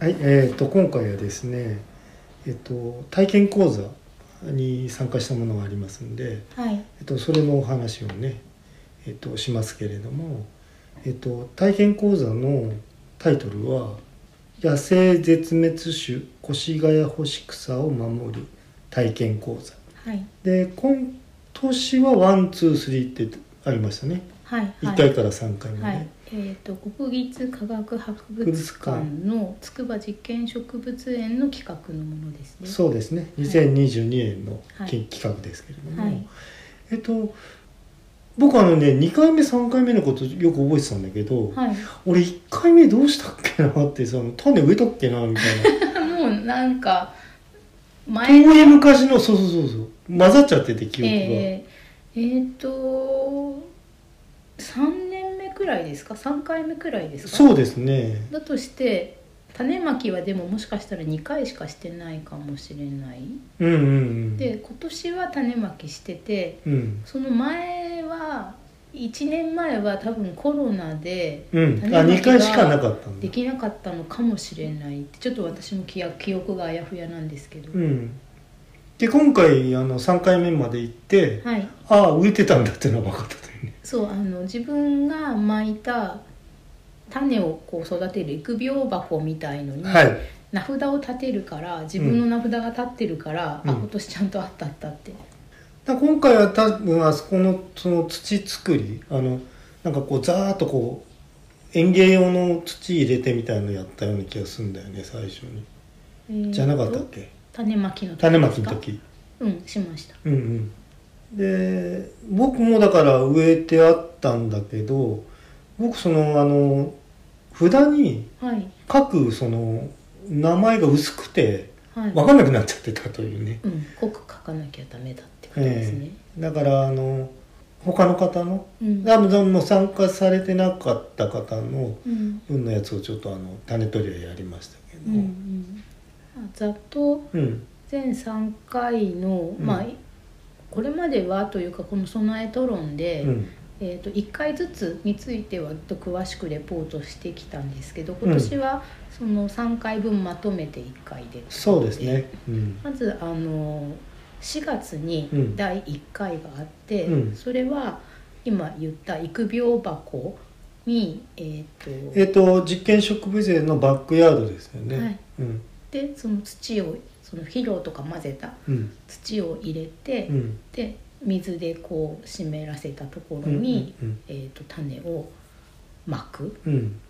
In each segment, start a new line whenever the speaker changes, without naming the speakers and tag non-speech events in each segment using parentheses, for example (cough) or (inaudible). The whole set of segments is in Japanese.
はい、えー、と今回はですね、えっと体験講座に参加したものがありますんで、
はい
えっとそれのお話をね、えっとしますけれども、えっと体験講座のタイトルは「野生絶滅種越谷干し草を守る体験講座
はい」
で今年はワンツースリーってありましたね、
はい
一
は
1
い
回から3回まで、
はい、えっ、と国立科学博物館の筑波実験植物園の企画のものですね。
そうですね
い
2022年の
はい
き企画ですけれども、
はい
えっと僕あのね2回目3回目のことよく覚えてたんだけど、
はい、
俺1回目どうしたっけなってその種植えたっけなみたいな
もうなんか前の
遠い昔のそうそうそうそう混ざっちゃってて記憶が、
えー、えーと3年目くらいですか3回目くらいですか
そうですね
だとして種まきはでももしかしたら2回しかしてないかもしれない
うんうんうん
で今年は種まきしてて
うん
その前は1年前は多分コロナで
うん、あ
種まきが
2回しかなかったんだ
できなかったのかもしれないってちょっと私も記記憶があやふやなんですけど、
うんで今回あの3回目まで行って、
はい
ああ植えてたんだっていうのが分かったというね
そうあの自分が巻いた種をこう育てる育苗箱みたいのに、
はい
名札を立てるから自分の名札が立ってるから、
うん
あ今年ちゃんとあったあったって、
だから今回は多分あそこのその土作りあのなんかこうザーッとこう園芸用の土入れてみたいのやったような気がするんだよね最初に
えー
じゃなかったっけ
種まきの時ですか
種まきの時
うんしました
うんうんで僕もだから植えてあったんだけど僕そのあの札に
はい
書くその名前が薄くて
はい
分かんなくなっちゃってたというね、
うん、濃く書かなきゃダメだってことです
え
ね、
えだからあの他の方の
うん
多分もう参加されてなかった方の
うん
分のやつをちょっとあの種取りはやりましたけど、
うんうんあざっと
うん
全3回の、
うん
まあこれまではというかこの「備えトロンで」
うん
えー、と1回ずつについてはと詳しくレポートしてきたんですけど今年はその3回分まとめて1回で、
そうですね、うん、
まずあの4月に
うん
第1回があって、
うん
それは今言った育苗箱にえー、と
えっ、と実験植物園のバックヤードですよね、
はい
うん
でその土をその肥料とか混ぜた
うん
土を入れて、
うん
で水でこう湿らせたところに、
うん
えー、と種をまく。
うん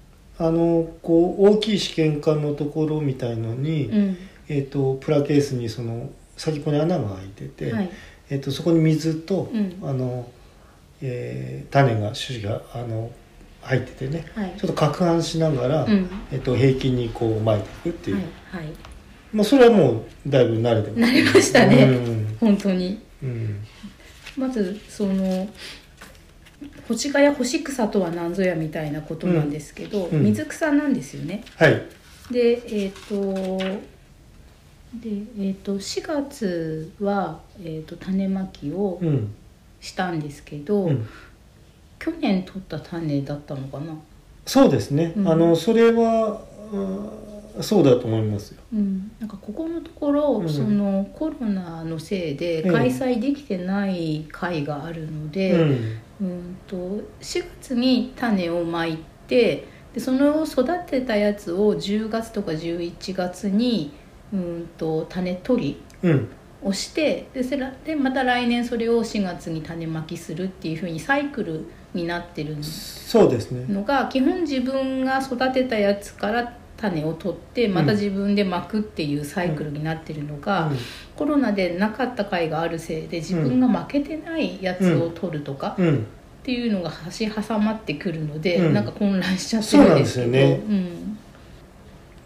あのこう大きい試験管のところみたいのに、
うん
えっ、とプラケースにその先っぽに穴が開いてて、
はい
えっとそこに水と、
うん
あの、えー種が種子があの入っててね、
はい
ちょっと攪拌しながら、
うん
えっと平均にこう巻いていくっていう、
はいはい
まあ、それはもうだいぶ慣れて
慣れましたね
うん
本当に
うん
まずその星がや干し草とは何ぞやみたいなことなんですけど、
うんうん
水草なんですよね
はい、
でえっ、とでえー、と4月は、えー、と種まきを
うん
したんですけど、
うん
去年取った種だったのかな、
そうですね、
うん
あのそれはあーそうだと思いますよ、
うん、なんかここのところ、
うん
そのコロナのせいで
ええ
開催できてない会があるので、
うん
うんと4月に種をまいてでその育てたやつを10月とか11月にうんと種取り
うん
をしてでそれでまた来年それを4月に種まきするっていうふうにサイクルになってる
そうですね
のが基本自分が育てたやつから種を取ってまた自分でまくっていうサイクルになってるのが、コロナでなかった回があるせいで自分が負けてないやつを取るとか、
うん、うん
っていうのが橋挟まってくるので、
うん
なんか混乱しちゃってるんですけど
そうなんです
うん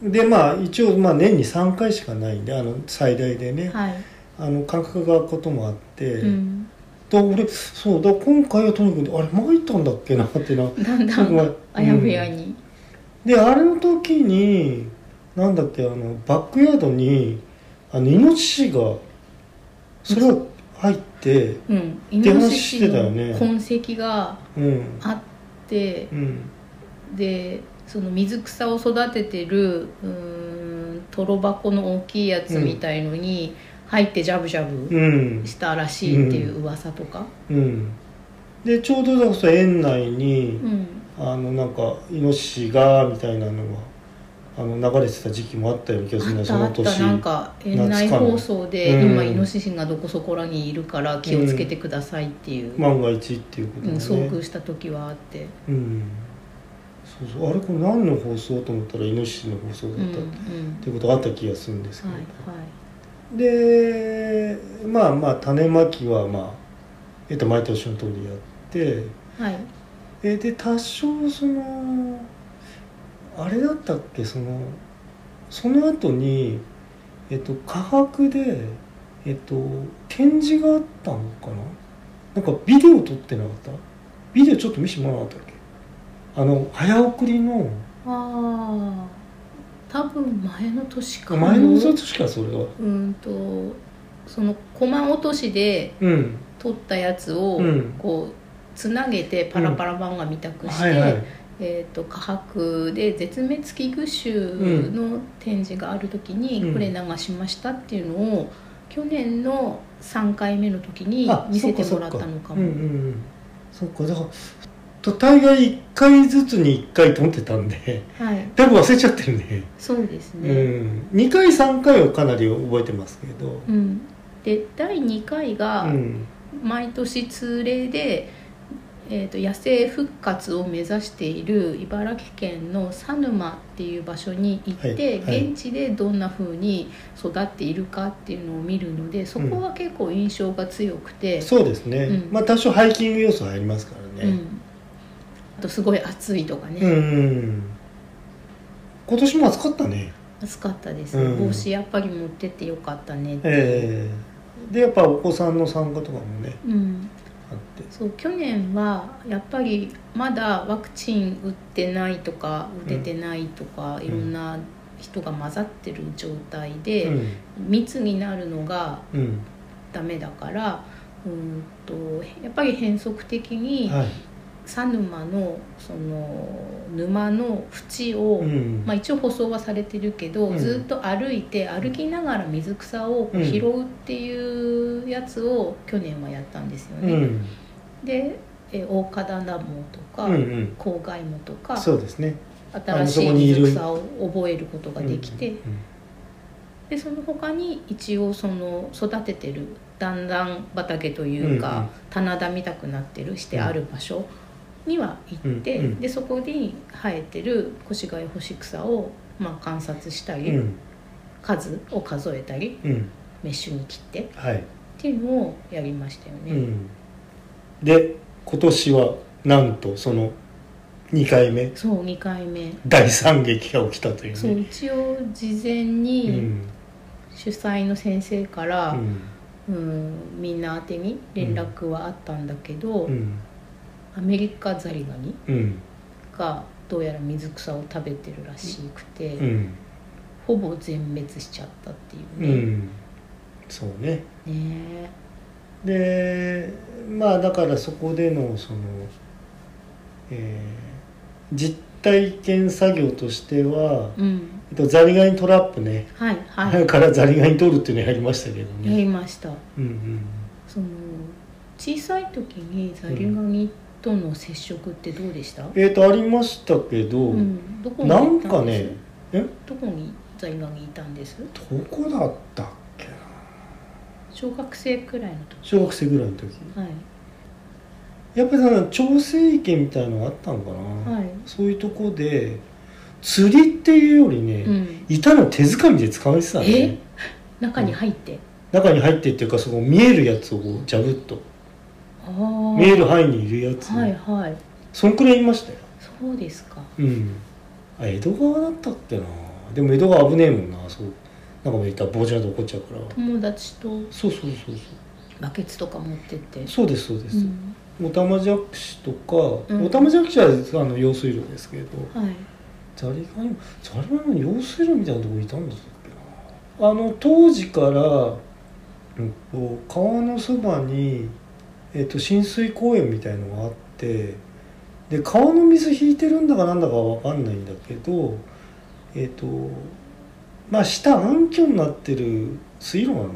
でまあ一応まあ年に3回しかないんであの最大でね、
はい、
あの感覚が空くこともあって、
うん、
だ俺そうだ今回はとにかくあれ巻いたんだっけなってな
だんだ
すごい
んあやふやに、
であれの時になんだっけあのバックヤードにあのイノシシがそれを入って
うんイ
電
ノ
話
シ
して
シ
たよ
の
ね
痕跡が
うん
あって
うん
でその水草を育ててるうーんトロ箱の大きいやつみたいのに入ってジャブジャブ
うん
したらしいっていう噂とか、
うんでちょうどだからその園内に
う、ん
あのなんかイノシシがみたいなのがあの流れてた時期もあったような気がする
あ
な
っ
その
たあった
年
なんか園内
夏かな
放送で
うん
今イノシシがどこそこらにいるから気をつけてくださいっていう、
万が一っていうこ
う
と
ん、
だ
遭
ね
遇した時はあって、
うんそうそうあれこれ何の放送と思ったらイノシシの放送だ
う
っ
ん
た、
う
っ
ん、
ていうことがあった気がするんですけ
は
ど、
いはい
でまあまあ種まきはまあ、えっと、毎年の通りやって
はい、
えで多少そのあれだったっけそのその後にえっと科博でえっと展示があったのかななんかビデオ撮ってなかったビデオちょっと見せてもらわなかったっけあの早送りの
ああ多分前の年かな
前のおとしかそれは
うんとその駒落としで
うん
撮ったやつを
うん
こうつなげてパラパラ漫画みたくして、
はいはい
えー、と科博で絶滅危惧種の展示がある時
う
に
ん
これ流しましたっていうのを去年の3回目の時に
あ
見せてもらったのか
うんう
も
んうんそっかだからと大概一回ずつに一回撮ってたんで (laughs)
はい
だいぶ忘れちゃってるね
そうです
う
ね、
ん、2回3回はかなり覚えてますけど、
うんで第2回が
うん
毎年通例で、えー、と野生復活を目指している茨城県の佐沼っていう場所に行って、
はいはい
現地でどんな風に育っているかっていうのを見るのでそこは結構印象が強くて、
そうですね、
うん
まあ多少ハイキング要素入りますから
う
ね
ん、あとすごい暑いとか
うん、
ね、
今年も暑かったね
暑かったです、
うん
帽子やっぱり持ってってよかったねっていう、
ええでやっぱお子さんの参加とかもね
うん、
あって
そう去年はやっぱりまだワクチン打ってないとか打ててないとか、いろんな人が混ざってる状態で、
うん
密になるのが
うん
ダメだからうんとやっぱり変則的に
はい
佐沼のその沼の縁を、
うん
まあ、一応舗装はされてるけど、
うん
ずっと歩いて歩きながら水草をこう
うん
拾うっていうやつを去年はやったんですよ
うんう
ね。
ん
でえ大花田ダモとか、
うん
郊外もとか
そうですね
新し
あのそ
い
こにいる
水草を覚えることができて、
うん
でその他に一応その育ててる段々畑というか、
うんうん
棚田みたくなってるしてある場所には行って、
うんうん
でそこに生えてる越谷干し草を、まあ、観察した
う
り、
ん
数を数えたり
うんうん
メッシュに切ってっ
はい、
ていうのをやりましたよね。
うん、で今年はなんとその2回目
そう2回目
大惨劇が起きたというね
そう一応事
う
前に
ん
主催の先生から、
うん
うんみんな宛てに連絡はあったんだけど、
うん
アメリカザリガニ
うん
がどうやら水草を食べてるらしくて、
うん
ほぼ全滅しちゃったっていううね,、
んそうね
ね
でまあだからそこでのその、えー実体験作業としては、
えうん
えっと、ザリガニトラップね、
はいはい
(laughs) からザリガニ取るっていうのやりましたけど
や
ね、
りました
うんうん、
その小さい時にザリガニとの接触ってどうでした、
えっ、とありましたけど、
うんどこに
ないん
た
か
んです
ねえ
どこにザリガニいたんです
どこだったっけな
小学生くらいの時
小学生ぐらいの時
はい
やっぱりその調整池みたいなのがあったのかな、
はい
そういうとこで釣りっていうよりね、
うん、
いたの手づかみで使われてたのね
え中に入って、
中に入ってっていうかその見えるやつをこうジャブッと
ああ
見える範囲にいるやつ、
はいはい
そんくらいいましたよ
そうですか
うんあ江戸川だったっけなでも江戸川危ねえもんなそうなんかもういたら棒じゃなくて怒っちゃうから
友達と
そうそうそう
バケツとか持ってって
そうそうですそうです、
うん
オタマジャクシとか、
うん
オタマジャクシはあの用水路ですけど
はい
ザリガニザリガニの用水路みたいなとこいたんだったっけなあの当時から、うんと、川のそばに、えっと浸水公園みたいのがあってで川の水引いてるんだかなんだかは分かんないんだけどえっ、とまあ下暗渠になってる水路なのか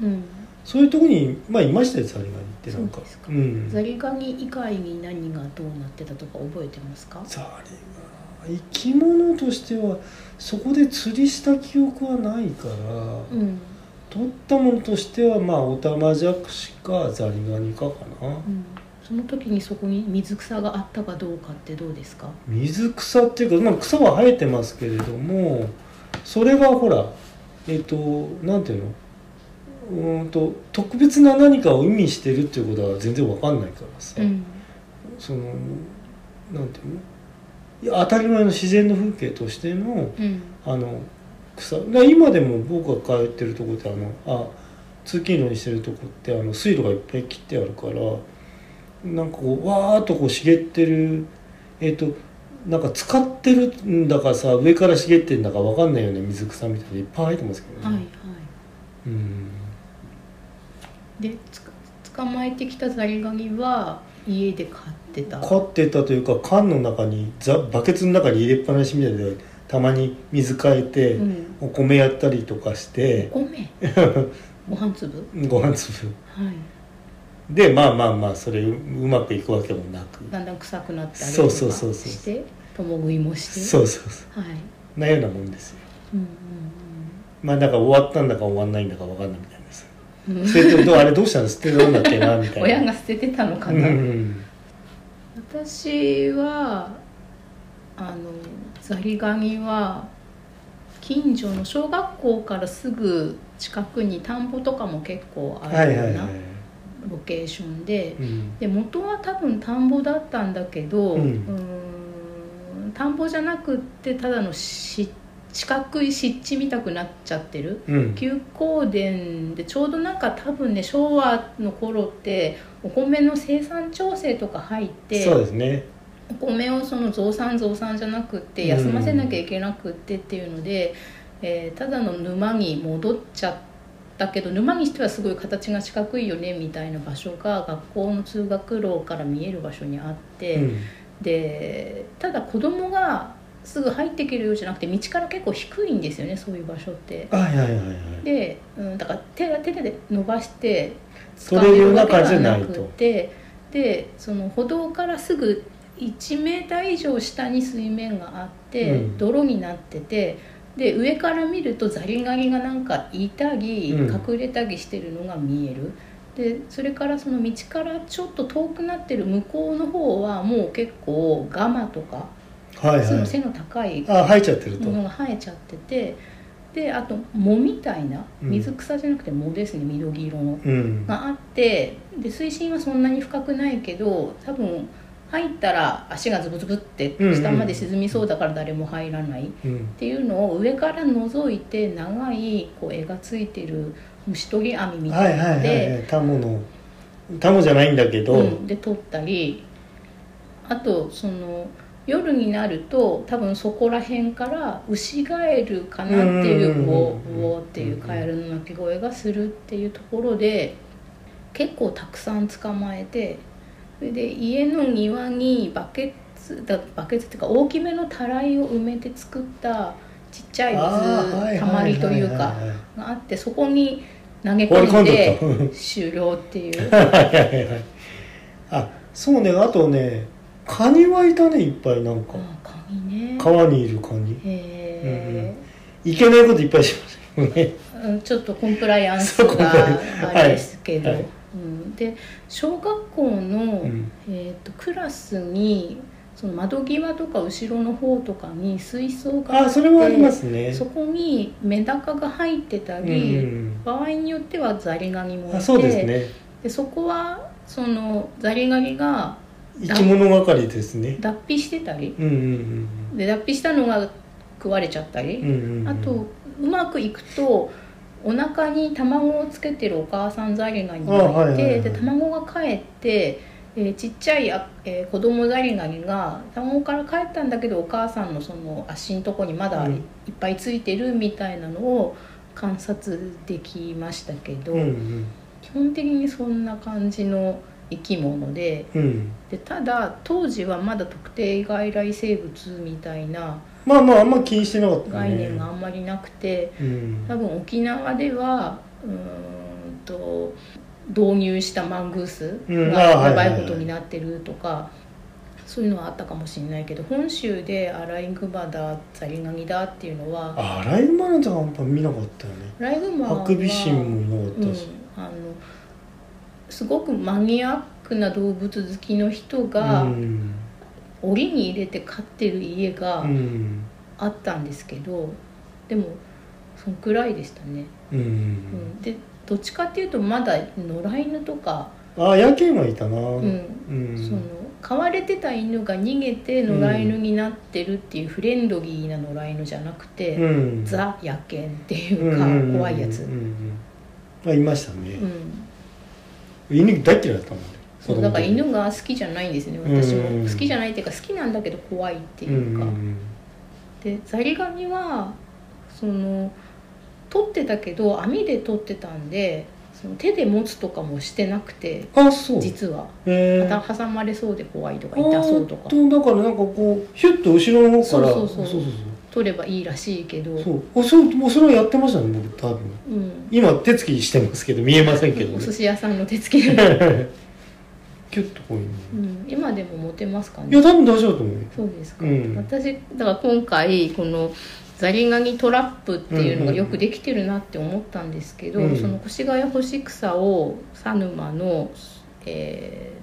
な
うん
そういうところにまあいましたよザリガニってなんか
そうですか
ん、
ザ
ザリ
リガニ以外に何がどうなってたとか覚えてますか
ガニ生き物としてはそこで釣りした記憶はないから、
うん、
取ったものとしてはまあオタマジャクシかザリガニかかな
うん、その時にそこに水草があったかどうかってどうですか
水草っていうか、まあ、草は生えてますけれどもそれがほらえっ、となんていうのうーんと特別な何かを意味してるっていうことは全然わかんないからさ、
うん
そのなんていうのいや当たり前の自然の風景としての
うん
あの草で今でも僕が通ってるとこってあのあ通勤路にしてるとこってあの水路がいっぱい切ってあるからなんかこうわーっとこう茂ってるえっ、となんか使ってるんだかさ上から茂ってんだかわかんないよね水草みたいにいっぱい生えてますけど
はい
ね、
はい
うん
でつか捕まえてきたザリガニは家で飼ってた
飼ってたというか缶の中にザバケツの中に入れっぱなしみたいでたまに水変えて、
うん、
お米やったりとかして、
お
(laughs)
米ご飯粒
ご飯粒
はい
でまあまあまあそれううまくいくわけもなく
だんだん臭くなったりと
そ
か
うそうそうそう
して共食いもして
そうそうそ
はい、
うなようなもんですよ
うん
まあだから終わったんだか終わんないんだかわかんないみたいです
うんうんうん
捨ててどうあれどうしたの捨てたんだっけなみたいな
親が捨ててたのかな、
うん
私はあのザリガニは近所の小学校からすぐ近くに田んぼとかも結構あ
はい
る
は
よう
い
な
はい
ロケーションで
うん
で元は多分田んぼだったんだけど、
うん
ーん田んぼじゃなくってただのし四角い湿地みたくなっちゃってる
うん
休耕田でちょうどなんか多分ね昭和の頃ってお米の生産調整とか入って
そうですね
お米をその増産増産じゃなくって
うん
休ませなきゃいけなくってっていうので、えーただの沼に戻っちゃったけど沼にしてはすごい形が四角いよねみたいな場所が学校の通学路から見える場所にあって、
うん
でただ子供がすぐ入ってくるようじゃなくて道から結構低いんですよねそういう場所って。
はいはいはいはい
で、うん、だから手が手で伸ばして
取れるような感じじゃないと
掴めるわけがなくてでその歩道からすぐ1メーター以上下に水面があって、
うん
泥になっててで上から見るとザリガニがなんかいたり
うん
隠れたりしてるのが見える、でそれからその道からちょっと遠くなってる向こうの方はもう結構ガマとか、
はい
そ
は
の
い
背の高い
あ生えちゃってると
ものが生えちゃっててであと藻みたいな
うん
水草じゃなくて藻ですね緑色の
うん
があってで水深はそんなに深くないけど多分入ったら足がズブズブって
うんうん
下まで沈みそうだから誰も入らないっ
うん
ていうのを上から覗いて長いこう絵がついてる虫取り網み
は
た
い
いな
はいはい
の
は
で
いタモのタモじゃないんだけど
うんで取ったりあとその夜になると多分そこら辺からウシガエルかなってい
う
う
んうん
こ
う
うん
うん
ウォーっていうカエルの鳴き声がするっていうところで結構たくさん捕まえてそれで家の庭にバケツだバケツっていうか大きめのたらいを埋めて作ったちっちゃい
あー
水たまりという
は
か
はは
があってそこに投げ
放り込
込
ん
ん
で
で
った
終了っていう。
はいはいはいあそうねあとねカニはいたねいっぱいなんか
ああカニね
川にいるカニ
へ
いけないこといっぱいしましたよね
え、うんちょっとコンプライアンス
そうコンプ
が
ライアン
あれですけど、
はいはい
うん、で小学校の、
うん
えー、とクラスにその窓際とか後ろの方とかに水槽が
あそれはありますね
そこにメダカが入ってた
う
り、
ん
場合によってはザリガニもいて
あそうですね
でそこはそのザリガニが
生き物係ですね
脱皮してたり
うんうん
で脱皮したのが食われちゃったり
うんう、んうん
あとうまくいくとお腹に卵をつけてるお母さんザリガニがいて、
あはいはいはい
で卵がかえって、えーちっちゃいあ、えー子供ザリガニが卵からかえったんだけどお母さんのその足のとこにまだ
う
い
ん
っぱいついてるみたいなのを観察できましたけど、
うんうん
基本的にそんな感じの生き物で
うん
でただ当時はまだ特定外来生物みたいな
まあまああんま気にしてなかったね
概念があんまりなくて
うん
多分沖縄ではうーんと導入したマングース
うんあー
がやば
はい
い
はい
ことになってるとかそういうのはあったかもしれないけど本州でアライグマだザリガニだっていうのは
あライマなんてあんま見なかったよね
アライグマ
ハ
は
クビシンもいな
う
かった
ん
し、、
あのすごくマニアックな動物好きの人が、
うん
檻に入れて飼ってる家が
うん
あったんですけどでもそんくらいでしたね、
う
うん
ん、
でどっちかっていうとまだ野良犬とか、
あ野犬はいたな
う
うん
その飼われてた犬が逃げて野良犬になってるっていうフレンドリーな野良犬じゃなくて、
うん
ザ野犬っていうか、
うん
怖いやつ、
うんうんうんあいました
う
ね、
ん
犬大っ嫌いだったもんね
そうだから犬が好きじゃないんですね
うん
私も好きじゃないっていうか好きなんだけど怖いっていうか、でザリガニはその取ってたけど網で取ってたんでその手で持つとかもしてなくて
あそう
実は
え
ま
ー
た挟まれそうで怖いとか痛そうとか
あーとだからなんかこうヒュッと後ろの方から
そうそうそう
そう
取ればいいらしいけど
そうそうそうあそうもうそれをやってましたね僕多分
うん、
今手つきしてますけど見えませんけど、ね (laughs)
お、寿司屋さんの手つきで、
キュッとこういうの、
うん、今でも持てますか
いや
ね
多分大丈夫だと思うよ
そうですか、
うん
私だから今回このザリガニトラップっていうのがよくできてるなって思ったんですけど、
うん
その越谷干し草を佐沼の、えー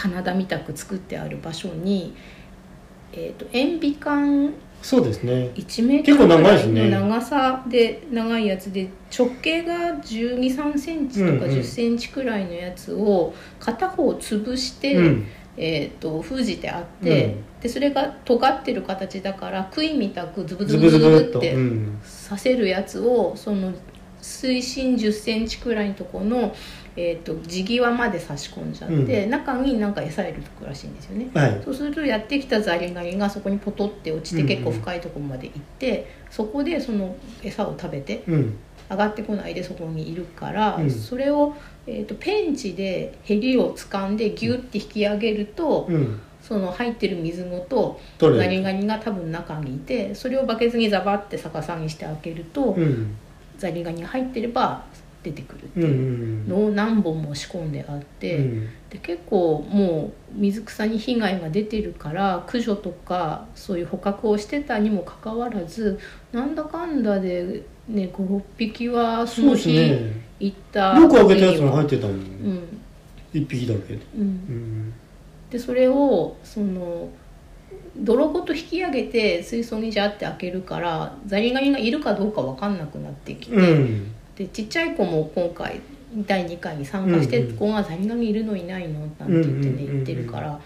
棚田みたく作ってある場所に、えー、と塩ビ管
そうですね
1メート
結構
ル
長
ぐ
い
ら
です
い
ね
の長さで長いやつで直径が1 2 3センチとか
うんうん
1 0センチくらいのやつを片方潰して、
うん
えー、と封じてあって、
うん
でそれが尖ってる形だから杭みたくズブズ
ズ
ブ
ブ
ズ
ズ
ブ
ブっ
っ
と、
て
うん、
させるやつをその水深1 0センチくらいのとこの、えー、と地際まで差し込んじゃって、中になんか餌入れとくらしいんですよね。
はい
そうするとやってきたザリガニがそこにポトって落ち
うん
て
うん
結構深いところまで行って、そこでその餌を食べて
うん
上がってこないでそこにいるから、
うん
それを、えー、とペンチでヘリを掴んでギュッて引き上げると、
うん
その入ってる水ごと
ど
ザ
れ
リガニが多分中にいてそれをバケツにザバって逆さにして開けると、
うん
ザリガニが入ってれば出てくるって
うんう
いうんのを何本も仕込んであって、
うん
で結構もう水草に被害が出てるから駆除とかそういう捕獲をしてたにもかかわらずなんだかんだで、ね、56匹はそ
そう
の
です
日
ね
行った
よく開けたやつも
は
入ってたもん、
うん
一匹だけで、
うん
うん、
でそれをその泥ごと引き上げて水槽にジャーって開けるからザリガニがいるかどうか分かんなくなってきて、
うん
でちっちゃい子も今回第2回に参加して
うんうん
「ここがザリガニいるのいないの?」なんて言ってね、
うんうんうんうん
言ってるから、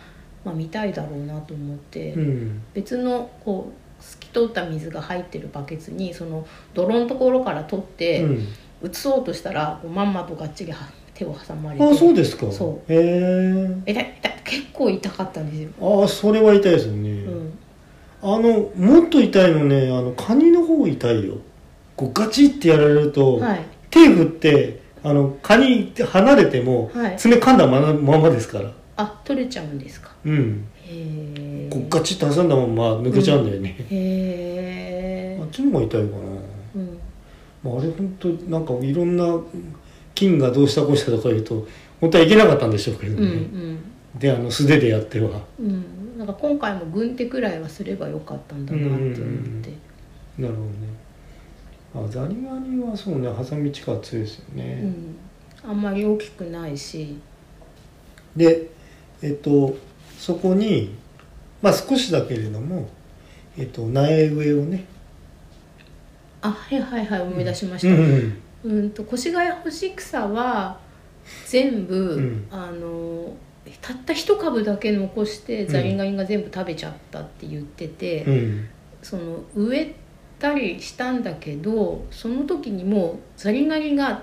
まあ、見たいだろうなと思って、
うん
別のこう透き通った水が入ってるバケツにその泥のところから取って
うん
移そうとしたらこうまんまとがっちりは手を挟まれて
あそうですか
そ
へえ
痛い痛い結構痛かったんですよ。
ああそれは痛いですよね、
うん
あのもっと痛いのねあのカニの方痛いよこうガチってやられると、
はい
手振ってあのカニって離れても、
はい
爪噛んだままままですから
あ取れちゃうんですか
うん
へえ
こうガチって挟んだまま抜けちゃうんだよね、
へ
あっ
え、
ちの方が痛いかな、
うん、
まあ、あれ本当なんかいろんな菌がどうしたこうしたとか言うと本当はいけなかったんでしょうけど
うんう
ね、
ん
であの素手でやっては
うんなんか今回も軍手くらいはすればよかったんだなって思って
なるほどねあザリガニはそうねハサミ力強いですよね、
うんあんまり大きくないし
でえっとそこにまあ少しだけれども、えっと、苗植えをね
あはいはいはい思い出しまし
う
た、
んうん
うんと越谷干し草は全部、
うん
あのたった一株だけ残してザリガニが全部食べちゃったって言ってて、
うん
その植えたりしたんだけどその時にもうザリガニが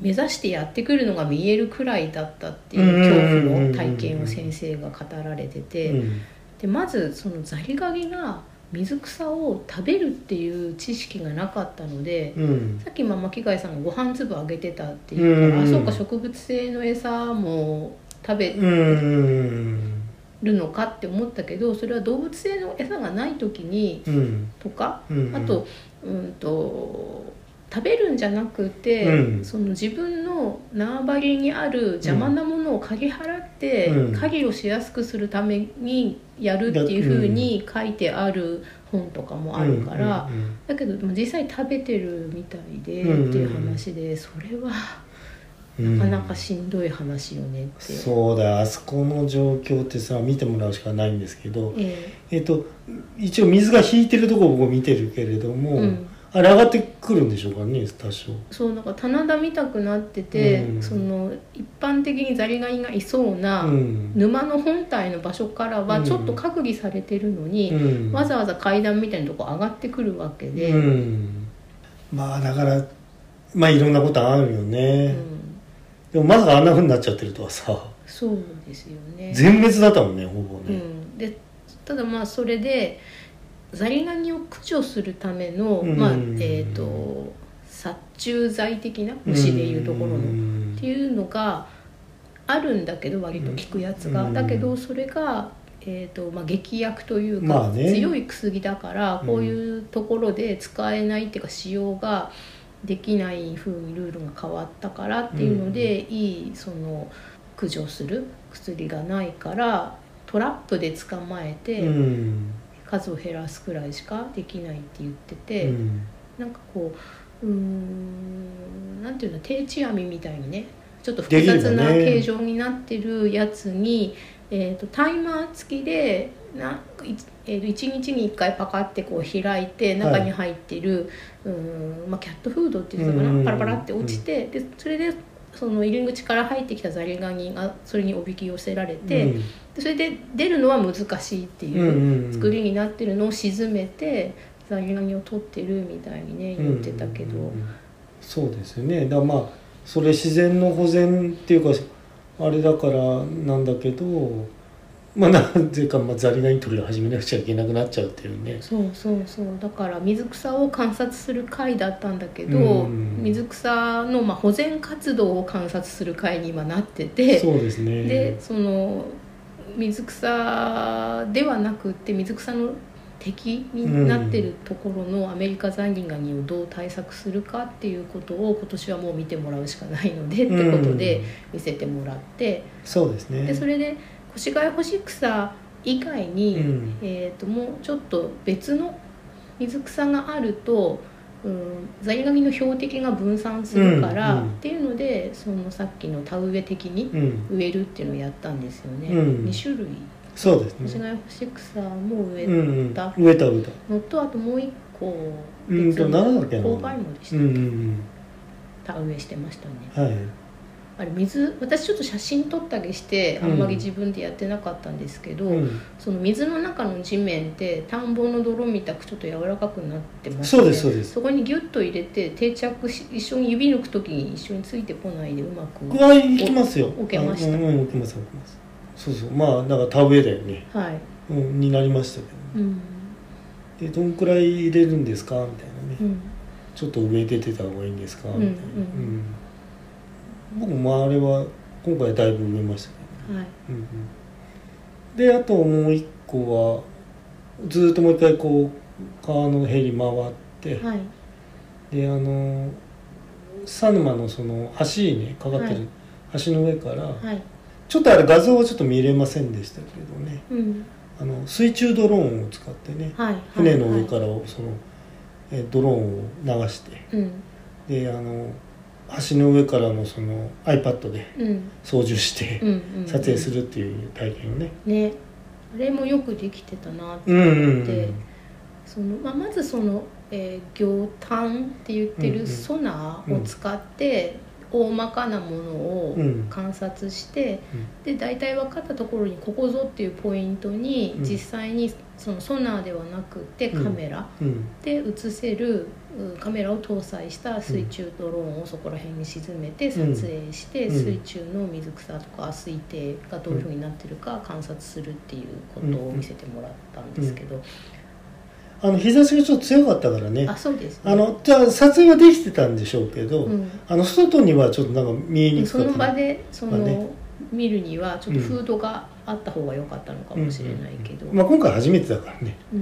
目指してやってくるのが見えるくらいだったっていう恐怖の体験を先生が語られて
う
て
ん
でまずそのザリガニが水草を食べるっていう知識がなかったので。
うん
さっき今巻貝さんがご飯粒あげてたっていうから、
うん
あそうか植物性の餌も食べ
うん
るのかって思ったけどそれは動物性の餌がない時に
うん
とか
うんうん
あとうんと食べるんじゃなくて、
うん
その自分の縄張りにある邪魔なものを嗅ぎ払って、
うん
狩りをしやすくするためにやるっていうふうに書いてある本とかもあるから、
うん
だけどでも実際食べてるみたいでって
うん
いう話で、それは
うんうん
なかなかしんどい話よねって。
そうだあそこの状況ってさ見てもらうしかないんですけど、
え
えっと一応水が引いてるとこを僕見てるけれど
え
も、
うん
あれ上がってくるんでしょうかね多少
そうなんか棚田見たくなってて、
うん
その一般的にザリガニがいそうな、
うん
沼の本体の場所から
う
は
ん
ちょっと隔離されてるのに、
うん
わざわざ階段みたいなとこ上がってくるわけで、
う
うん
ん、まあだからまあいろんなことあるよね、でもまさかあんなふうになっちゃってるとはさ
そうですよね。
全滅だったもんねほぼ
う
ね、
ん、でただまあそれでザリガニを駆除するための、
うん
まあえー、と殺虫剤的な虫でいうところの、
うん
っていうのがあるんだけど割と効くやつが、
うん
だけどそれが、えーとまあ、劇薬というか、
まあね
強い薬だから
うん
こういうところで使えないっていうか使用ができない風にルールが変わったからっていうので、いいその駆除する薬がないからトラップで捕まえて、
うん
数を減らすくらいしかできないって言ってて。
うん
なんかこううーんなんていうの定置網みたいにねちょっと
でき
複
るよね
雑な形状になってるやつに、えー、とタイマー付きでなんかい、えー、と1日に1回パカってこう開いて中に入ってる、うーんまあ、キャットフードっていうのか
うん
なパラパラって落ちて、でそれでその入り口から入ってきたザリガニがそれにおびき寄せられて、
うん
でそれで出るのは難しいっていう。
うんうん
作りになってるのを沈めてザリガニを取ってるみたいにね言ってたけど、
うんうんうんそうですよねだからまあそれ自然の保全っていうかあれだからなんだけどまあなぜか、まあ、ザリガニ取りを始めなくちゃいけなくなっちゃうっていうね
そうそうそうだから水草を観察する会だったんだけど、
うん
水草のまあ保全活動を観察する会に今なってて
そうですね
でその水草ではなくって水草の敵になってるところのアメリカザリガニをどう対策するかっていうことを今年はもう見てもらうしかないのでってことで
うん
見せてもらって。
そうですね
でそれで越谷干し草以外に、
うん
えー、ともうちょっと別の水草があると、うん、ザリガニの標的が分散するから、
うんうん
っていうのでそのさっきの田植え的に
うん
植えるっていうのをやったんですよね、
うん
2種類
そうです
越
ね
谷干し草も植
う
え
んうん、
た
植えた植えた
のと、あともう一個
うんと何だっけな
購買もでし
う
た、
んうん
田植えしてましたね
うんはい
あれ水私ちょっと写真撮ったりしてあんまり自分でやってなかったんですけど、
うん
その水の中の地面って田んぼの泥みたくちょっと柔らかくなってます
そうですそうです
そこにギュッと入れて定着し一緒に指抜く時に一緒についてこないでうまく
僕は行きますよ
お置けました
うんうん置きます置きますそうそうまあだから田植えだよね、
はい、
うん、になりましたけど
うん
でどんくらい入れるんですかみたいなね、
うん、
ちょっと植えててた方がいいんですかみたいな、
うんう
うん僕もあれは今回だいぶ植えましたね、
はい
うんうん、であともう一個はずーっともう一回こう川のへり回って、
はい
であの佐沼のその橋にねかかってる、
はい
橋の上から、
はい
ちょっとあれ画像はちょっと見れませんでしたけどね
うん
あの水中ドローンを使ってね、
はいはい
船の上か
は
らその、えドローンを流して
いうん
であの橋の上からもその iPad で
うん
操縦して
うんうん
撮影するっていう体験をね
ねあれもよくできてたなって
うんうん
でそのまあ、まずその、えー、行単って言っ
う
て
んうん
るソナーを使って、大まかなものを
うん
観察して、で大体分かったところにここぞっていうポイントに、
うん
実際にそのソナーではなくてカメラ
うんうん
で映せる、うんカメラを搭載した水中ドローンをそこら辺に沈めて撮影して、
うん
水中の水草とか水底がどういうふうになってるか観察するっていうことを見せてもらったんですけど、
あの日差しがちょっと強かったからね
あそうです、
あのじゃあ撮影はできてたんでしょうけど、
うん
あの外にはちょっとなんか見えにく
そ
かった
の場でその、
まあね
見るにはちょっとフードがあった方が良かったのかもしれないけど、
うんまあ、今回初めてだからね、
うん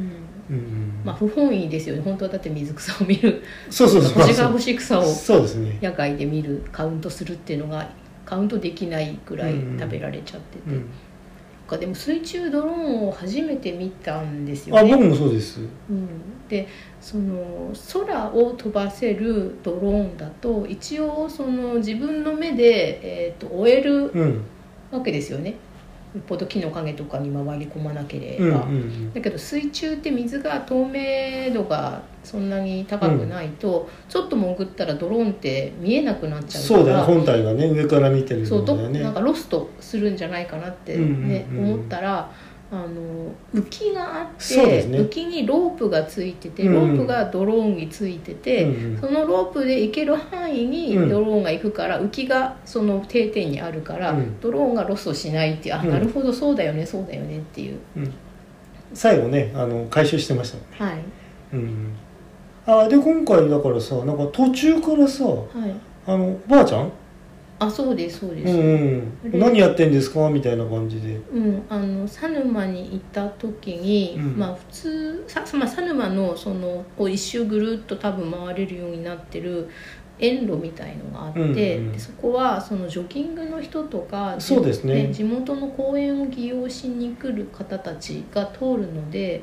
うんうん
まあ不本意ですよね本当はだって水草を見る
(laughs) そうそうそう
星が欲しい草を
そうですね
野外で見るカウントするっていうのがカウントできないぐらい食べられちゃってて、
うん
なんかでも水中ドローンを初めて見たんですよ
あ
ね。
僕もそうです
うん、でその空を飛ばせるドローンだと一応その自分の目で、えー、と終える
うん
わけですよね。よっぽど木の影とかに回り込まなければ。
うんうん
だけど水中って水が透明度がそんなに高くないと、ちょっと潜ったらドローンって見えなくなっちゃうから
そうだよね本体がね上から見てる
そう
の
ど
だよね
なんかロストするんじゃないかなって、ね
うんうんうんうん
思ったらあの浮きがあって、
そうですね
浮きにロープがついてて
うん
ロープがドローンについてて、
うんうん
そのロープで行ける範囲に
うん
ドローンが行くから、浮きがその定点にあるから、
うん
ドローンがロストしないっていうあ、
うん
なるほどそうだよねそうだよねっていう、
最後ねあの回収してましたもんね
はい
うんあで今回だからさなんか途中からさ
はい、
あのおばあちゃん
あそうですそうで
う
す、
んう
で
ん何やってんですかみたいな感じで
うん、あの佐沼に行った時に、
うん
まあ普通さ、まあ、佐沼のそのこう一周ぐるっと多分回れるようになってる園路みたいのがあって、
うんうん
でそこはそのジョギングの人とか
そうですね
地元の公園を利用しに来る方たちが通るので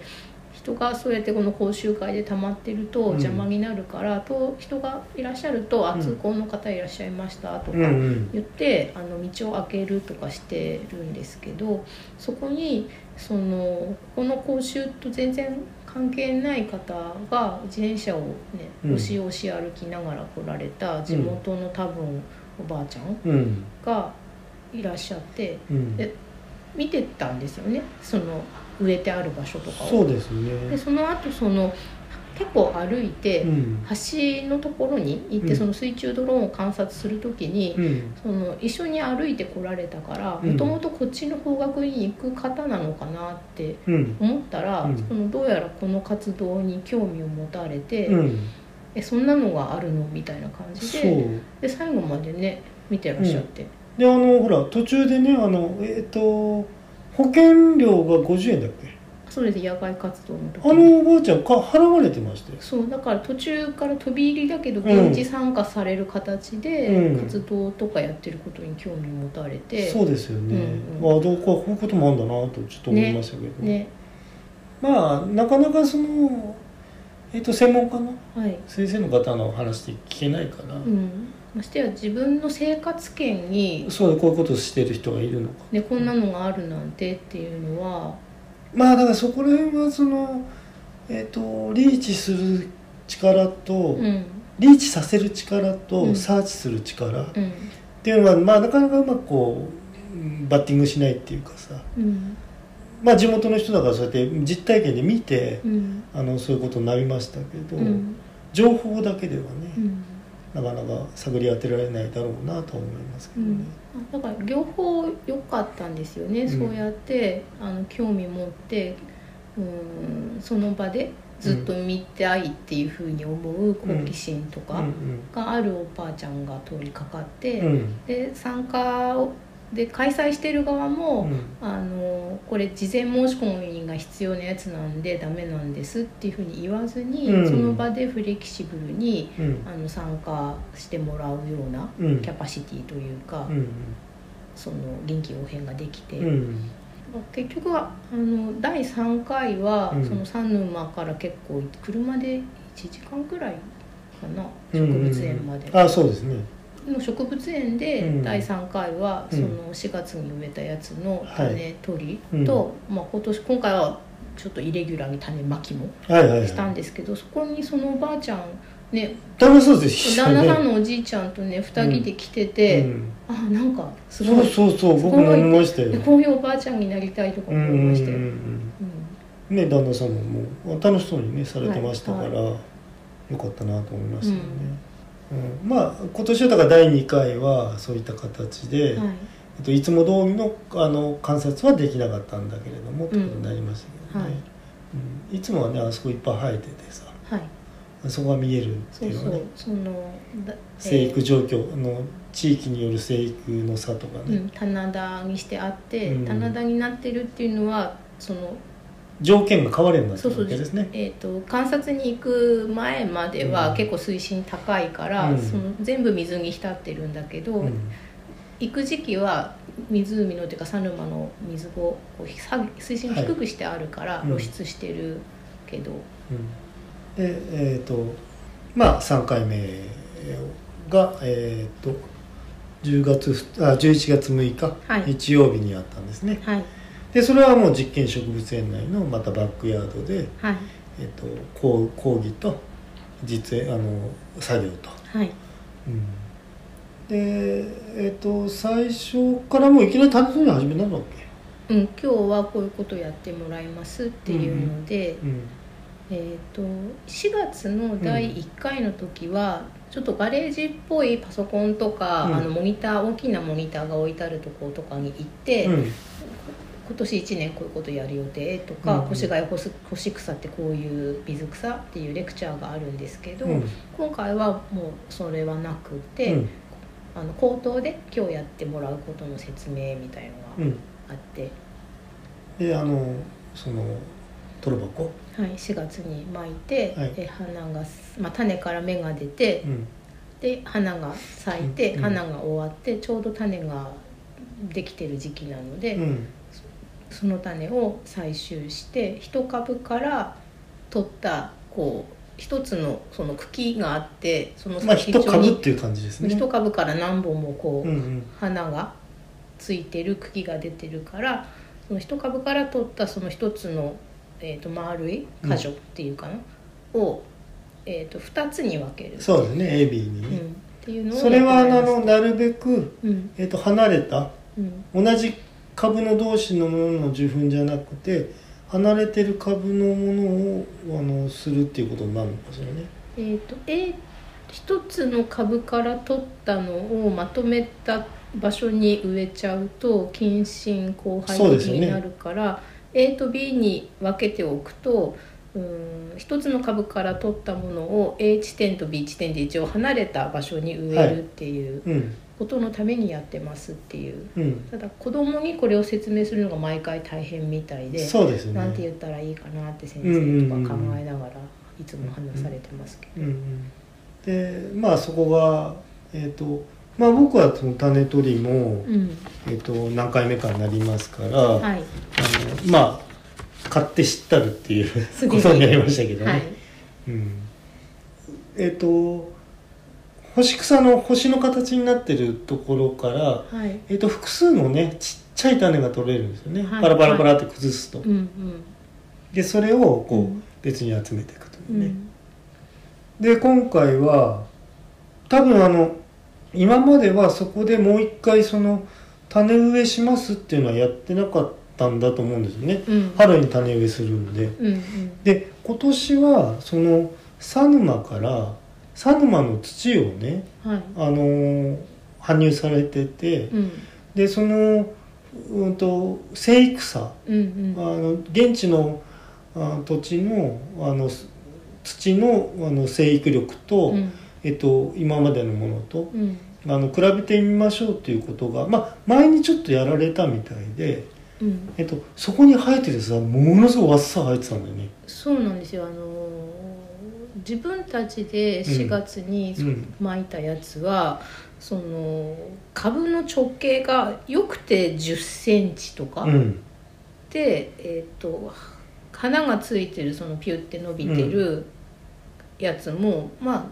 人がそうやってこの講習会で溜まってると
うん
邪魔になるから、と人がいらっしゃると「あ
うん
通行の方いらっしゃいました」とか。
うんうん
言ってあの道を開けるとかしてるんですけどそこにそのこの講習と全然関係ない方が自転車をね
うん
押し押し歩きながら来られた地元の多分おばあちゃん
うん
がいらっしゃって
うん
で見てたんですよねその植えてある場所とか
そ
を。
うです
で
ね
その後その結構歩いて
うん
橋のところに行っ
う
て
ん
その水中ドローンを観察するときに
うん
その一緒に歩いてこられたから
うん
もともとこっちの方角に行く方なのかなって
うん
思ったら、
うん
そのどうやらこの活動に興味を持たれて、
うん
えそんなのがあるのみたいな感じ
そ
で
う
で最後までね見てらっしゃって、
であのほら途中でねあのえっ、と保険料が50円だっけ
それで野外活動の時
あのおばあちゃんか払われてましたよ
そうだから途中から飛び入りだけど
うん
現地参加される形で
うん
活動とかやってることに興味を持たれて、
そうですよね、
うん
あどうかこういうこともあるんだなとちょっと思いましたけど、
ね
まあなかなかそのえっ、と専門家の
はい
先生の方の話って聞けないから、
うん、ましてや自分の生活圏に
そうこういうことしてる人がいるのか
でこんなのがあるなんてっていうのは、
まあだからそこら辺はそのえっ、とリーチする力と、
うん
リーチさせる力と、
うん
サーチする力、
うん
っていうのは、まあ、なかなかうまくこううんバッティングしないっていうかさ、
うん
まあ、地元の人だからそうやって実体験で見て
う、ん
あのそういうことになりましたけど、
うん
情報だけではね、
うん
なかなか探り当てられないだろうなとは思いますけ
う
ど
ん
ね。
あだから両方良かったんですよね、
うん
そうやってあの興味持ってうんその場でずっと見たいっていうふうに思う好奇心と
うんう
か
ん
があるおばあちゃんが通りかかって、
うん
で参加をで開催してる側も、
うん
あのこれ事前申し込みが必要なやつなんでダメなんですっていうふうに言わずに、
うん
その場でフレキシブルに
うん
あの参加してもらうような
うん
キャパシティというか、
うん
その臨機応変ができて、
うん
結局はあの第3回は、
うん
その三沼から結構車で1時間くらいかな
う
植
ん
物園まで。
あそうですね
の植物園
う
で
ん
第3回は
うん
その4月に植えたやつの種取りと、まあ、今年今回はちょっとイレギュラーに種まきも
はいはい、はい、
したんですけどそこにそのおばあちゃんね
旦那そうです
旦那さん
の
のおじいちゃんとね2人で来てて、あなんかす
そ
ご
う
い
そうそう僕も思いましたよ
でこういうおばあちゃんになりたいとか
う
思
ん
いました
う
よ。
んう
うん
うんんね、旦那さんももう楽しそうにねされてましたから、よかったなと思いましたよね、うんまあ今年はだから第2回はそういった形で、
はい
えっと、いつも通りのあの観察はできなかったんだけれども、ということになりましたけどね、
はい
うんいつもはねあそこいっぱい生えててさ
はい
そこが見えるって
そ
いううの
そ
はね
うそのだ
生育状況あの地域による生育の差とか
う
ね、
ん、棚田にしてあって、
うん
棚田になってるっていうのはその
条件が変わるようになって
そう
る
そう
わけですね。
えー、と観察に行く前まで
う
は
ん
結構水深高いから、
うん
その全部水に浸ってるんだけど、
うん
行く時期は湖のっていうか佐沼の水をこう下げ水深を低くしてあるから
はい
露出してるけど、
うんでえっ、とまあ3回目が、えっと10月ふあ11月6日、
はい
日曜日にあったんですね
はい
でそれはもう実験植物園内のまたバックヤードで、
はい
えっと講講義と実演あの作業と、
はい
うんでえっ、と最初からもういきなり単純に始めたのだっ
うん、今日はこういうことやってもらいますっていうので、
け、うん
えー、と4月の第1回の時は、ちょっとガレージっぽいパソコンとか、
うん
あのモニター大きなモニターが置いてあるところとかに行って、
うん
今年1年こういうことやる予定とか、
うん
越谷干し干し草ってこういう水草っていうレクチャーがあるんですけど、
うん
今回はもうそれはなくて、
うん
あの口頭で今日やってもらうことの説明みたいの
う
が
ん、
あって、
であのそのトロ箱、
はい、4月に巻いて、
はい
で花が、まあ、種から芽が出て
う、ん
で花が咲いて、
うん
花が終わってちょうど種ができてる時期なので、
うん
その種を採集して一株から取ったこう一つのその茎があってその
まあ
先
一
っちょ
株っ
に
ていう感じですね。
一株から何本もこ
う
うん
うん
花がついてる茎が出てるからその一株から取ったその一つの、えー、と丸い果樹っていうかな、を、えー、と二つに分ける
そうですね、エビに
う
ね
ん、っていうのを
それはあ
やってもらいま
のなるべく
すうん
えっ、と離れた
うん
同じ株の同士のものの受粉じゃなくて離れてる株のものをあのするっていうことになるのかしらね。
えー、と A 一つの株から取ったのをまとめた場所に植えちゃうと近親交
そう
配
ですよね
になるから、A と B に分けておくとうーん一つの株から取ったものを A 地点と B 地点で一応離れた場所に植えるっていう
うん
ことのためにやってますっていう
うん、
ただ子供にこれを説明するのが毎回大変みたいで
そうですね。
なんて言ったらいいかなって先生とか考えながらいつも話されてますけ
う
ど。
んうん、でまあそこがえっ、とまあ僕はその種取りも、
うん
えっ、と何回目かになりますから。
はい、
あのまあ買って知ったるっていう
すご
こ
い
とになりましたけどね、
はい、
うん、えっ、と星草の星の形になってるところから、
はい、
えっと複数のねちっちゃい種が取れるんですよね、
はい
パラパラパラって崩すと、
うんうん、
でそれをこう、
うん
別に集めていくといううね、
ん、
で今回は多分あの今まではそこでもう一回その種植えしますっていうのはやってなかったんだと思うんですよね、
うん、
春に種植えするんで、
うん、うん、
で今年はその佐沼から佐沼の土をね、
はい、
あのー搬入されてて、
うん、
でそのうんと生育さ
うん、
あ
うん、
の現地のあ土地のあのす土のあの生育力と、
うん、
えっと、今までのものと
うん、
あの比べてみましょうということが、まあ、前にちょっとやられたみたいで、
うん、
えっと、そこに生えてるさものすごいわっさ生えてたんだよね。
そうなんですよ、あのー自分たちで4月に
うん
巻いたやつは、その株の直径がよくて10センチとか、
うん
で、えー、と花がついてるそのピュって伸びてるやつも、まあ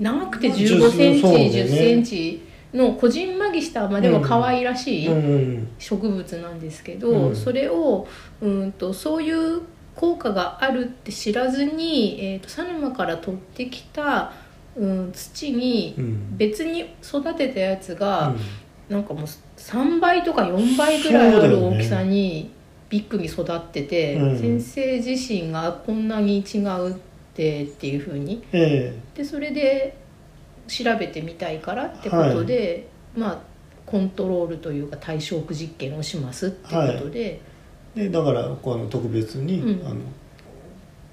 長くて1 5センチ
そうだよね
1 0センチのこじんまりしたまあでも可愛らしい
うん
植物なんですけど、
うん
それをうんとそういう効果があるって知らずに、えー、と佐沼から取ってきた、うん、土に
うん
別に育てたやつが、
うん
なんかもう3倍とか4倍ぐらいある
そうだよね
大きさにビッグに育ってて、
うん
先生自身がこんなに違うってっていうふうに
え
でそれで調べてみたいからってことで、まあコントロールというか対照区実験をしますってことで、
えでだからこうあの特別に、
うん
あの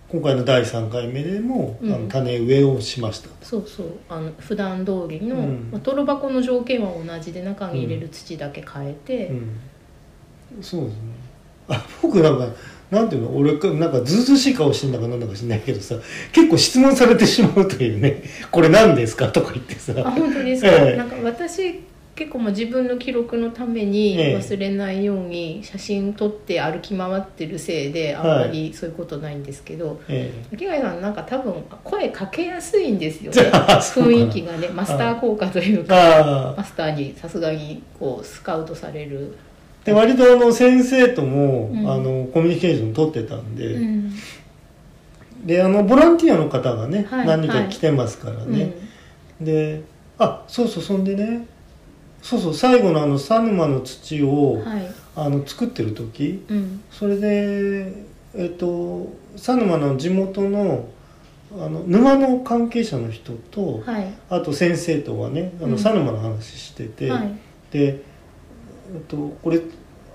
今回の第3回目でも、
うん
あの種植えをしました
そうそうあの普段通りの、
うん
まあ、トロ箱の条件は同じで中に入れる土だけ変えて、
うん、そうですねあ僕なんかなんていうの俺かなんかずうずうしい顔してんだかなんだか知んないけどさ結構質問されてしまうというね「これ何ですか?」とか言ってさ
あ本当ですか、
ええ
なんか私結構もう自分の記録のために
ええ
忘れないように写真撮って歩き回ってるせいであんまりそういうことないんですけど、
え
秋貝さんなんか多分声かけやすいんですよね
そうかな
雰囲気がねマスター効果という
え
か
ああ
マスターにさすがにこうスカウトされる、
で割とあの先生とも、
うん
あのコミュニケーション取ってたんで、
うん
であのボランティアの方がね、
はい
何人か来てますから
うん
ね、であそうそうそんでねそうそう最後のあの佐沼の土を、
はい
あの作ってる時
うん
それでえっと佐沼の地元のあの沼の関係者の人と、
はい
あと先生とはねあ
うん
の佐沼の話してて、
はい
で、えっと、これ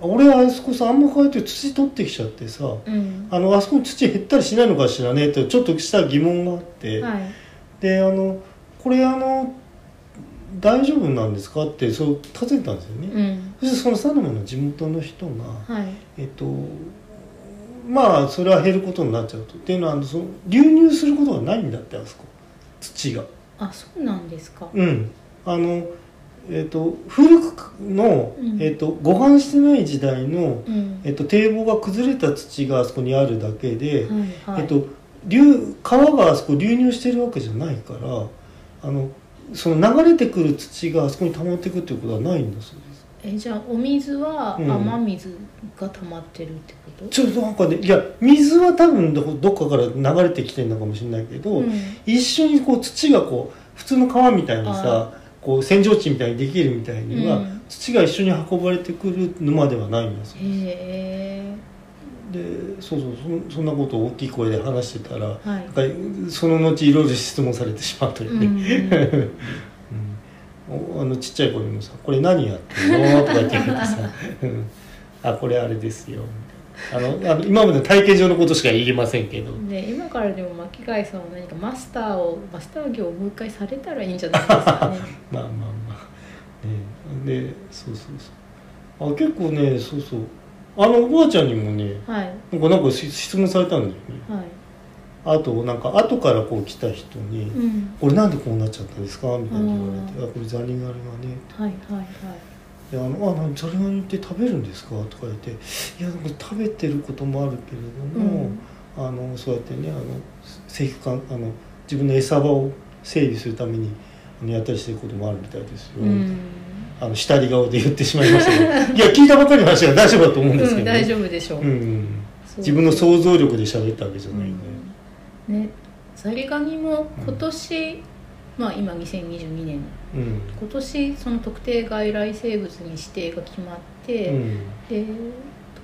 俺あそこさあんま変えて土取ってきちゃってさ
うん
あのあそこの土減ったりしないのかしらねとちょっとした疑問があって、
はい
であのこれあの大丈夫なんですかってそう尋ねたんですよね。
うん
そしてその佐沼の地元の人が、
はい
えっとまあそれは減ることになっちゃうとっていうのはあのその流入することがないんだってあそこ土が
あそうなんですか
うんあのえっと古くの、
うん
えっとご飯してない時代の、
うん
えっと堤防が崩れた土があそこにあるだけで、
はいはい
えっと流川があそこ流入してるわけじゃないからあのその流れてくる土があそこに溜まってくっていうことはないんだそうです
えじゃあお水は
うん
雨水が溜まってるってこと、
ちょっとなんかねいや水は多分どこどっかから流れてきてるのかもしれないけど、
うん
一緒にこう土がこう普通の川みたいに
あ
さこう扇状地みたいにできるみたいには、
うん
土が一緒に運ばれてくる沼ではないんですよ
へ
でそうそうそそんなことを大きい声で話してたら、
えはい
なんかその後いろいろ質問されてしまったり
うんう
ね、
ん
うんおあのちっちゃい子にもさ「これ何やってるの?」とか言って言われてさ (laughs) 「うんあこれあれですよ」みたいなあのあの今までの体系上のことしか言えませんけど。
ね、今からでも巻貝さんは何かマスターをマスター業をもう一回されたらいいんじゃないですか
(laughs)
ね
まあまあまあねでそうそうそうあ結構ねそうそうあのおばあちゃんにもね
はい
なんかなんかし質問されたんだよね
は
あとなんか後からこう来た人に
い、うん、
これなんでこうなっちゃったんですか?」みたいに言われて「あこれザリガニがね
はいはいはい」
であのあなんザリガニって食べるんですか?」とか言って「いやなんか食べてることもあるけれども、
うん
あのそうやってねあの生育環あの自分の餌場を整備するためにあのやったりしてることもあるみたいですよ」
うん、
あの下り顔で言ってしまいましたけど (laughs) いや聞いたばかりの話は大丈夫だと思うんです
う
け
ん、
ど、
大丈夫でしょう、
うんうん
そう
自分の想像力で喋ったわけじゃないんで、
うんねザリガニも今年、まあ今2022年
うん
今年その特定外来生物に指定が決まって、
うん
で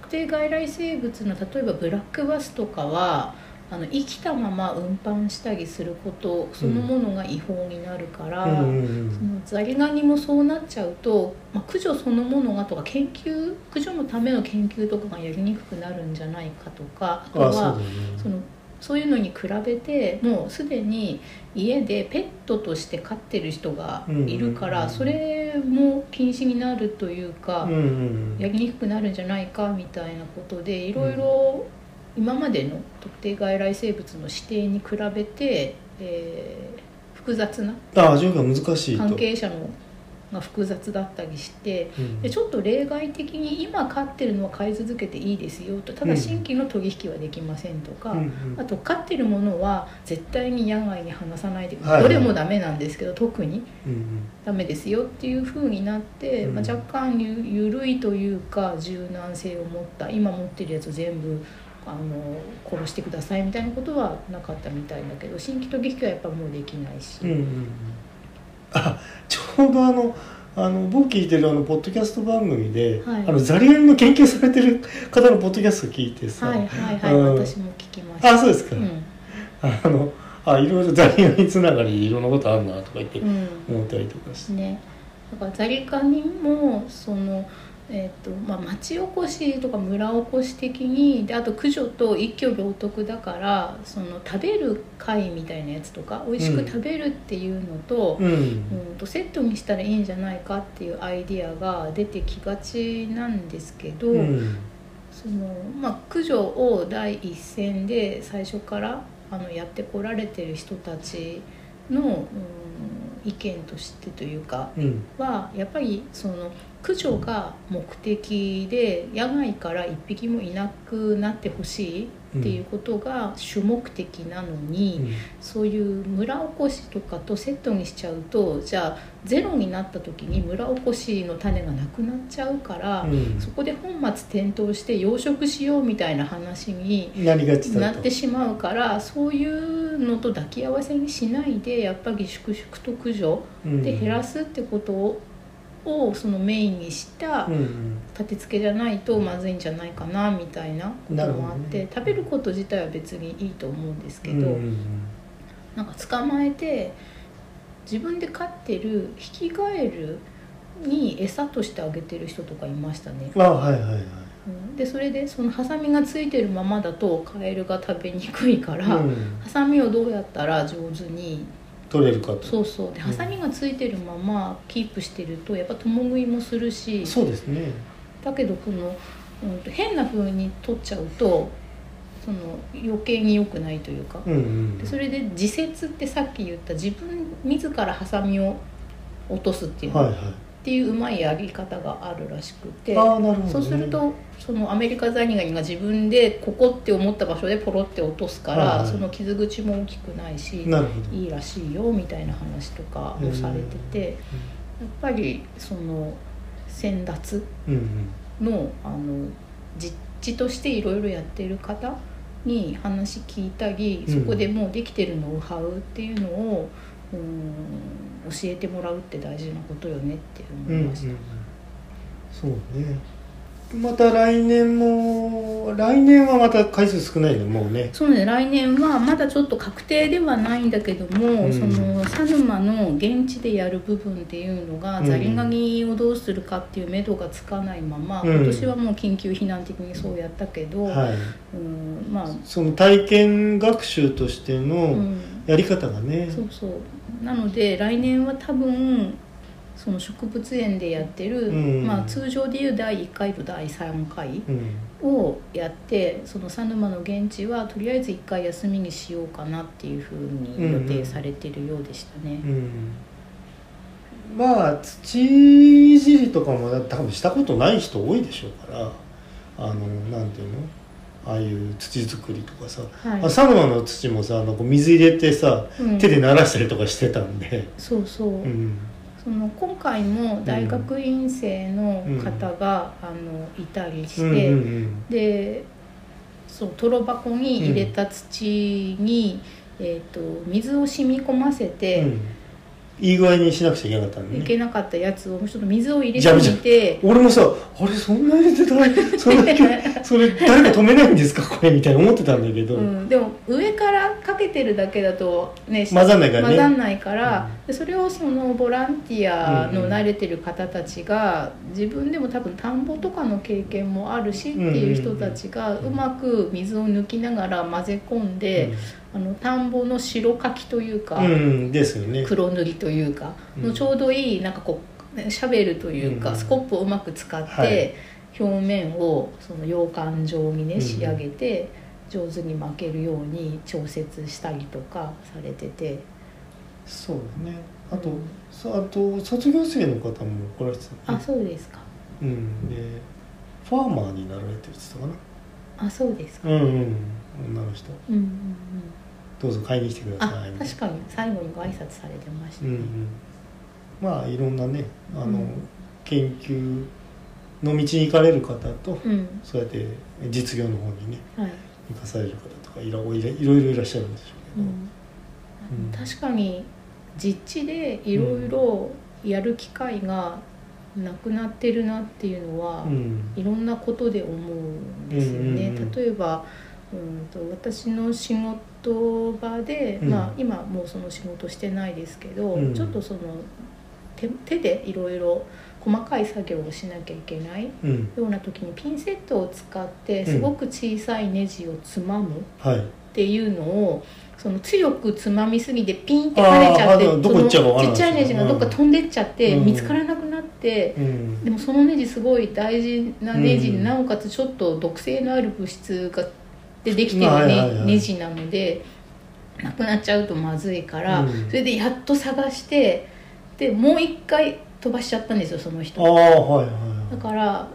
特定外来生物の例えばブラックバスとかはあの生きたまま運搬したりすることそのものが違法になるから、
うんうん
そのザリガニもそうなっちゃうと、まあ、駆除そのものがとか研究駆除のための研究とかがやりにくくなるんじゃないかとかあと
あそうだよ
は
ね
そのそういうのに比べてもうすでに家でペットとして飼ってる人がいるか
うん
らそれも禁止になるというか
うんうん
やりにくくなるんじゃないかみたいなことでいろいろ今までの特定外来生物の指定に比べて、えー複雑な
ああ状況が難しいと
関係者のが複雑だったりして
うん
でちょっと例外的に今飼ってるのは飼い続けていいですよとただ新規の取引はできませんとか。
うんうん
あと飼ってるものは絶対に野外に放さないで、
はいはい
どれもダメなんですけど特に
うん
ダメですよっていう風になって、
うん
まあ、若干ゆ緩いというか柔軟性を持った今持ってるやつ全部あの殺してくださいみたいなことはなかったみたいだけど新規取引はやっぱもうできないし、
うんうんうんあちょうどあのあの僕聞いてるあのポッドキャスト番組で、
はい
あのザリガニの研究されてる (laughs) 方のポッドキャスト聞いてさ、
はいはいはい、
うん
私も聞きました。
あそうですか、
うん
あのあいろ (laughs) いろザリガニつながりでいろんなことあるなとか言って
うん
思ったりとかして、
ね、だからザリガニもそのえっとまあ、町おこしとか村おこし的にであと駆除と一挙両得だからその食べる会みたいなやつとか美味しく食べるっていうのと,、
うん
うん、とセットにしたらいいんじゃないかっていうアイディアが出てきがちなんですけど、
うん
そのまあ、駆除を第一線で最初からあのやってこられてる人たちの、うん、意見としてというか
うん
はやっぱりその駆除が目的で野外から一匹もいなくなってほしいっていうことが主目的なのに、そういう村おこしとかとセットにしちゃうとじゃあゼロになった時に村おこしの種がなくなっちゃうから、
うん
そこで本末転倒して養殖しようみたいな話に
なりがち
な
だ
っ
と
てしまうからそういうのと抱き合わせにしないでやっぱり粛々と駆除で減ら
す
すってことををそのメインにした
うん
立て付けじゃないとまずいんじゃないかなみたいなこともあ
な
っ
るほど
て、
ね
食べること自体は別にいいと思うんですけ
うん
ど、
うん
なんか捕まえて自分で飼ってるヒキガエルに餌としてあげてる人とかいましたね
あはいはいはい
うんでそれでそのハサミがついてるままだとカエルが食べにくいから、
うん
ハサミをどうやったら上手に
取れるかと
そうそう
う
で
ん
ハサミがついてるままキープしてるとやっぱ共食いもするし
そうですね
だけどこの、うんと、変な風に取っちゃうとその余計に良くないというか、
うんうん
でそれで自節ってさっき言った自分自らハサミを落とすっていうの、
はい
っ
は
ていううまいやり方があるらしくて
いああなるほどね
そうするとそのアメリカザリガニが自分でここって思った場所でポロって落とすから、
はいはい
その傷口も大きくないし
なるほど
いいらしいよみたいな話とかをされてて、やっぱりその先達
うんうん
のあの実地としていろいろやってる方に話聞いたり
う
そ
ん
こでもうできてるノウハウっていうのを、うん、教えてもらうって大事なことよねって
うん
思
うん
い
う
ま
ん
した。
そうねまた来年も来年はまた回数少ないのもうね
そうね来年はまだちょっと確定ではないんだけども、
うん
その佐沼の現地でやる部分っていうのが、
うん
ザリガニをどうするかっていう目処がつかないまま、
うん
今年はもう緊急避難的にそうやったけど、
はい
うんまあ、
その体験学習として
う
の
ん、
やり方がね
そうそうなので来年は多分その植物園でやってる、
うん
まあ、通常でいう第1回と第3回
うん
をやってその佐沼の現地はとりあえず1回休みにしようかなっていうふうに予定されてるようでしたね。
うんまあ土いじりとかも多分したことない人多いでしょうからあのなんていうのああいう土作りとかさ、
はい
あサヌマの土もさあのこう水入れてさ
うん
手で鳴らしたりとかしてたんで、
そうそう、
うん
その今回も大学院生の方が、あのいたりして、
うんうんうん
でそうトロ箱に入れた土に、えー、と水を染み込ませ
う
て、
んいい具合にしなくちゃいけなかったの
い
ね
けなかったやつをちょっと水を入れてみて
俺もさあれそんなに出
(laughs)
たいそんな距離それ誰か止めないんですかこれみたいな思ってたんだけど、
うん、でも上からかけてるだけだと、ね、
混ざんないからね
混ざんないから
う
でそれをそのボランティアの慣れてる方たちが自分でも多分田んぼとかの経験もあるしっていう人たちが
うん
うまく水を抜きながら混ぜ込んで、あの田んぼの白かきというか、
うん、うんですよね
黒塗りというか
うん
のちょうどいいなんかこうねシャベルというか、
うん
スコップをうまく使って、
はい
表面をその羊羹状にね
うん
仕上げて、上手に巻けるように調節したりとかされてて
そうだねあと、
うん
さあと卒業生の方も来られてたの
あ
ね
そうですか
うんでファーマーになられてるって言って
あそうです
た
か、
かなうんうん女の人
うんうんうん、
どうぞ買いに来てくださ
あ
いみたい
確
な
かに最後にご挨拶されてました
う
ね、
んうんまあいろんなねあの、
うん
研究の道に行かれる方と
うん
そうやって実業の方にね
はい
生かされる方とかいろいろいろいろいらっしゃるんでしょうけ
う
ど、
ん
うん
確かに実地でいろいろやる機会がなくなってるなっていうのは、
うん
いろんなことで思うんですよね。
うんうんうん
例えばうんと私の仕事場で、
うん
まあ、今もうその仕事してないですけど、
うん
ちょっとその手手でいろいろ細かい作業をしなきゃいけない
うん
ような時にピンセットを使って
うん
すごく小さいネジをつまむっ
はい
ていうのをその強くつまみすぎてピンって跳ねちゃって
あーあーどこ行っちゃうかわか
そ
らない
のちっちゃいネジがどっか飛んでっちゃって
うん
見つからなくなって。
うん
でもそのネジすごい大事なネジで、
うん
なおかつちょっと毒性のある物質がでできてる、ね
まあはいはいはい
ネジなのでなくなっちゃうとまずいから、
うん
それでやっと探してでもう一回飛ばしちゃったんですよその
ああ
人
はい
だ
は
から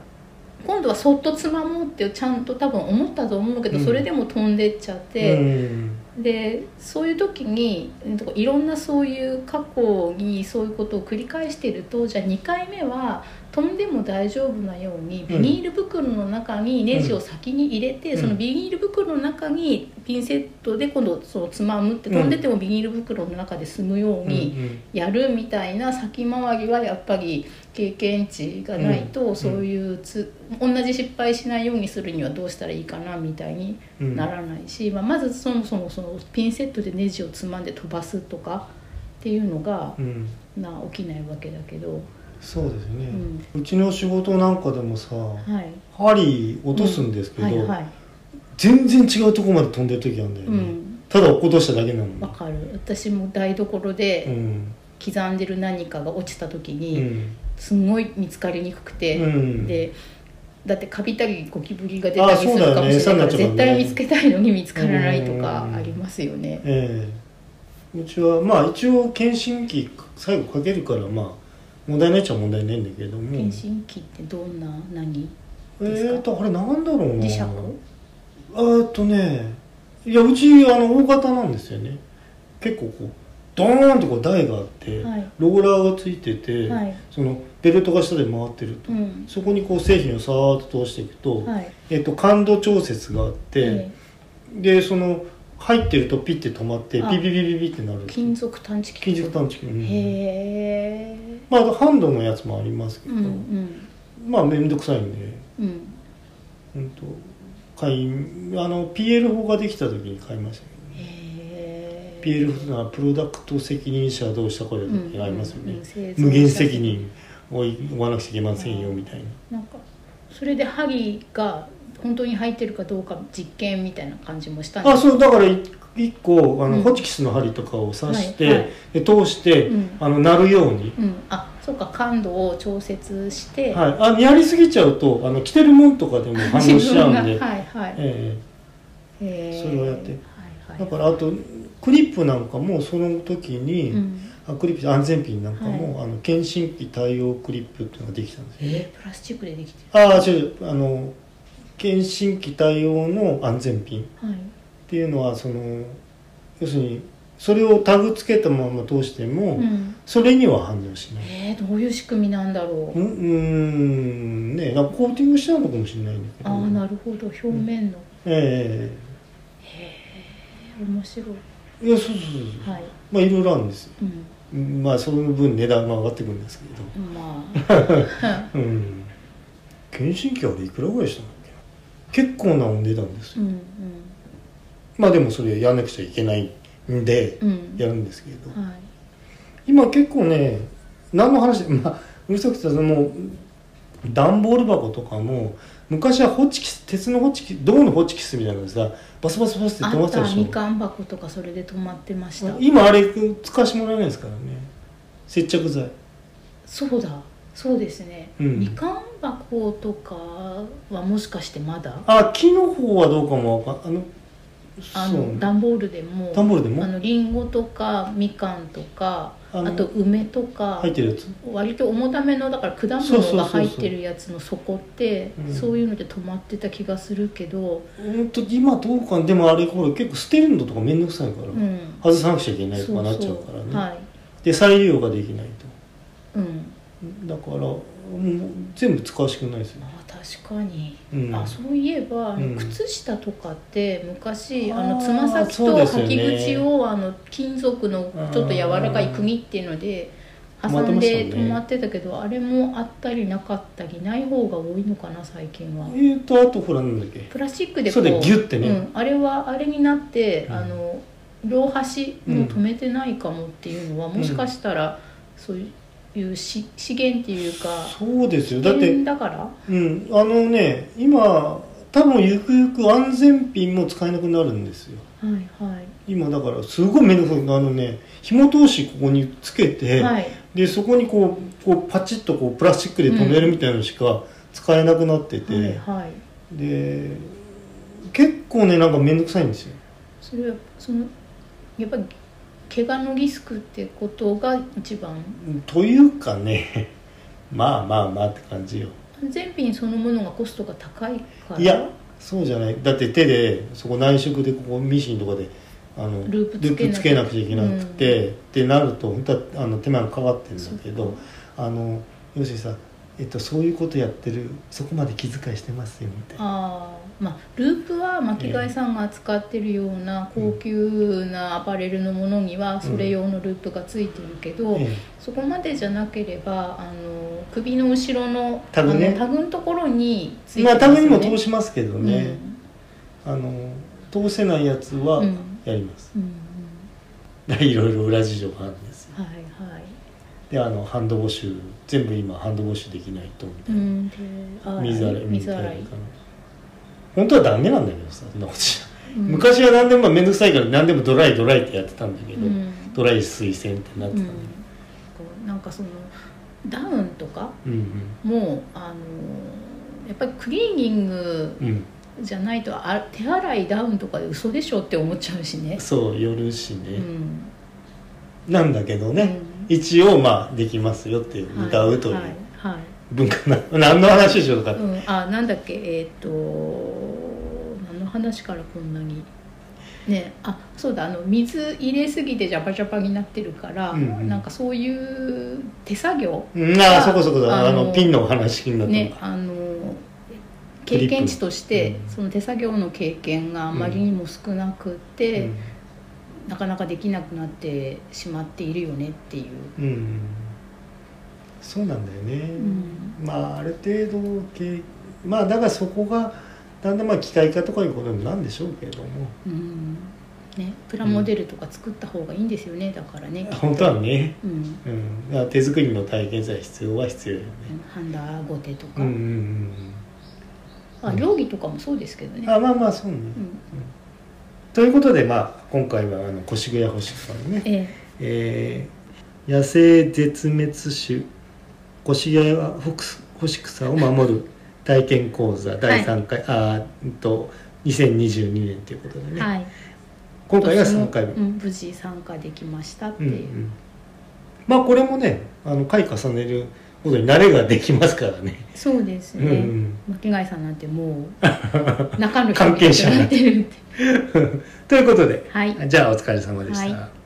今度はそっとつまもうってちゃんと多分思ったと思うけど、
うん
それでも飛んでっちゃっ
い
て、
うん
でそういう時にうんといろんなそういう過去にそういうことを繰り返しているとじゃあ2回目は飛んでも大丈夫なように
ん
ビニール袋の中にネジを先に入れて、
うん
そのビニール袋の中にピンセットで今度そのつまむって
うん
飛んでてもビニール袋の中で済むように
うん
やるみたいな先回りはやっぱり経験値がないとそういうつ同じ失敗しないようにするにはどうしたらいいかなみたいに
うん
ならないし、まあ、まずそもそもそのピンセットでネジをつまんで飛ばすとかっていうのが
うん
な起きないわけだけど、
そうです
う
ね、
ん、
うちの仕事なんかでもさ
はい
針落とすんですけど、
はいはい
全然違うとこまで飛んでる時あるんだよ
う
ね、
ん
ただ落っことしただけなのに
わかる私も台所
う
で
ん
刻んでる何かが落ちた時
う
に、
ん
すんごい見つかりにくくて、
うん
でだってカビたりゴキブリが出たりする
あそうだよね
かもしれない
餌
から、
になっ
絶
ちゃうからね
対見つけたいのに見つからないとかありますよね。
ええうちはまあ一応検診器最後かけるからまあ問題ないっちゃ問題ないんだけども
検診器ってどんな何
え
ですか
ーとあれなんだろうな
磁石
えーっとねいやうちあの大型なんですよね結構こうドーンとこう台があって、
はい
ローラーがついてて、
はい
そのベルトが下で回ってると、
うん
そこにこう製品をさーっと通していくと、
はい
えーっと感度調節があって、
え
でその入ってるとピッて止まって
あ
ピピピピピってなる
え金属探知機
金属探知機、うん
へえ
まあハンドのやつもありますけ
う
ど、
んうん
まあ面倒くさいんで
うん
本当買いあの PL 法ができた時に買いましたけ
へえ
ど、ね、PL 法はプロダクト責任者同士とかでありますよね、
うんうんうん
無限責任を負わなくちゃいけませんよみたいな
なんかそれで針が本当に入ってるかどうか実験みたいな感じもしたん
あ
です
そうだからい一個あの、
うん
ホチキスの針とかを刺して、
はいはい
で通して、
うん
あの鳴るように、
うんあそうか感度を調節して
はい、あのやりすぎちゃうとあの着てるもんとかでも反応しちゃうんで、
自分がはいはい
え
へえ
それをやって
はいは
え
い
だからあとクリップなんかもその時に、
うん
あクリップ安全ピンなんかも、あの検診器対応クリップっていうのができたんですよ
えープラスチックでできて
ああ違う違うあの検診器対応の安全ピンっ
るはい
ていうのはその要するにそれをタグつけたまま通しても、
うん
それには反応しない
えーどういう仕組みなんだろ
う
うん
うーんねなんかコーティングしたのかもしれないんだけど
ああなるほど表面の
え
面白い
えいやそうそうそうそう、
はい
まあいろいろあるんですよ
うん
うんまあその分値段が上がってくるんですけど
ま (laughs)
うん検診器あれいくらぐらいしたんだっけな結構なお値段です
あ、う
よ、
んうん、
まあでもそれやらなくちゃいけないんで
うん、
やるんですけど、
はい、
今結構ね何の話 (laughs) まあうるさくてその段ボール箱とかも昔はホチキス鉄のホチキス銅のホチキスみたいなのさバスバスバスって止
あ
まっ
って
た
た
で
み
しょ
かん箱とかそれで止まってました
今あれ使わせてもらえないですからね接着剤
そうだそうですね、
うん
みかん箱とかはもしかしてまだ
あ木の方はどうかもわかんあの
あ
そう
の
ね
段ボールでも
段ボールでも
あのリンゴとかみかんとか
あ
あ
の
と梅とか
入ってるやつ
割と重ためのだから果
そうそうそう
物
そ
が
う
入ってるやつの底って
うん
そういうので止まってた気がするけど、
うんと今どうかでもあれこれ結構捨てるのとか面倒くさいから、
うん、
外さなくちゃいけないと
そ
か
う
なっちゃ
そう
からね
うはい、
で再利用ができないと
うん、
だからもう全部使わしくないですよ、
あ確かに、
うん
あそういえば、あの
うん
靴下とかって昔
あ
あ
ー
のつま先
そう
と
ですよ
履
ね
き口を、あの金属のちょっと柔らかい釘っていうので
う
挟
ん
んで
止
止
ま
ま
っ
ってたけどあれもあったりなかったりない方が多いのかな最近は
え。ーとあとほらなんだっけ
プラスチックで
そうだよギュッてね
うん、あれはあれになって、
うん
あの両端も止めてないかもっていうのは、もしかしたらそういういうし資源っていうか
そうですよ
危
だって
険だから
うん、あのね今多分ゆくゆく安全ピンも使えなくなるんですよ
はいはい
今だからすごい面倒くさいあのね紐通しここにつけて、
はい
でそこにこうこうパチッとこうプラスチックで留めるみたいなのしか使えなくなってて、
はいはい
で結構ねなんか面倒くさいんですよ
それはそのやっぱり怪我のリスクってことが一番
というかね (laughs) まあまあまあって感じよ
全品そのものがコストが高いから
いやそうじゃないだって手でそこ内職でここミシンとかであの
ループつけなきゃ
つけなくちゃいけなくて、ってなると本当はあの手間がかかってるんだけどあの要するにさ、えっと、そういうことやってるそこまで気遣いしてますよみたいな
あーまあループは巻貝さんが扱ってるような高級なアパレルのものにはそれ用のループがついてるけど、
ええ
そこまでじゃなければあの首の後ろの
タグね
あのタグのところについて
まあ多分にも
よ
通しますけどね、あの通せないやつは
うん
やります、 (laughs)
うんうん
でいろいろ裏事情があるんですよ
うんはいはい
であのハンドウォッシュ全部今ハンドウォッシュできないとみたいな
うんで
水洗い
水洗い
かな本当はダメなんだけどさそんなことし
うん
ない昔は何でもまあ面倒くさいから何でもドライドライってやってたんだけど、
うん
ドライ水洗ってなってたんだ
うん
けど
こうなんかそのダウンとか
うん
もあのやっぱりクリーニング
うん、うん
じゃないとあ手洗いダウンとかで嘘でしょって思っちゃうしね
そう寄るし
う
ね、
ん
なんだけどね、
うん
一応まあできますよっていう
はい
歌うとい
はいうはい
文化な、何の話でしょうか、
うん、あなんだっけえーっ、と何の話からこんなにねあそうだあの水入れすぎてジャパジャパになってるから、
うんうん
なんかそういう手作業
うんああそこそこだあ
あの
のピンのお話になったの
ね
か、
あの経験値として
うん
その手作業の経験があまりにも少なくて、なかなかできなくなってしまっているよねっていう、
うん、うん、そうなんだよね、
うん
まあある程度けまあだからそこがだんだんまあ機械化とかいうことになるんでしょうけれども
うんね、プラモデルとか作った方がいいんですよねだからね、
本当はね、
うん、
うん、だから手作りの体験さえ必要は必要よね
ハンダゴテとか、
うんうんうん
あ料理とかもそうですけど
う
ね
ん。あまあまあそうね、
うん、
ということでまあ今回はあの越谷星さんのね、
え
えー野生絶滅種越谷星草を守る体験講座第3回、あーうんと2022年ということで
え
ね、
はい。
今回が
私も
3回目
う、ん無事参加できましたって
うんう
いう。
ん、まあこれもねあの回重ねることに慣れができますからね、
そうです
うんう
ね。
ん、
巻貝さんなんてもう中の
(laughs)
人
関係者
になってるって。
ということで
はい。
じゃあお疲れ様でした。
はい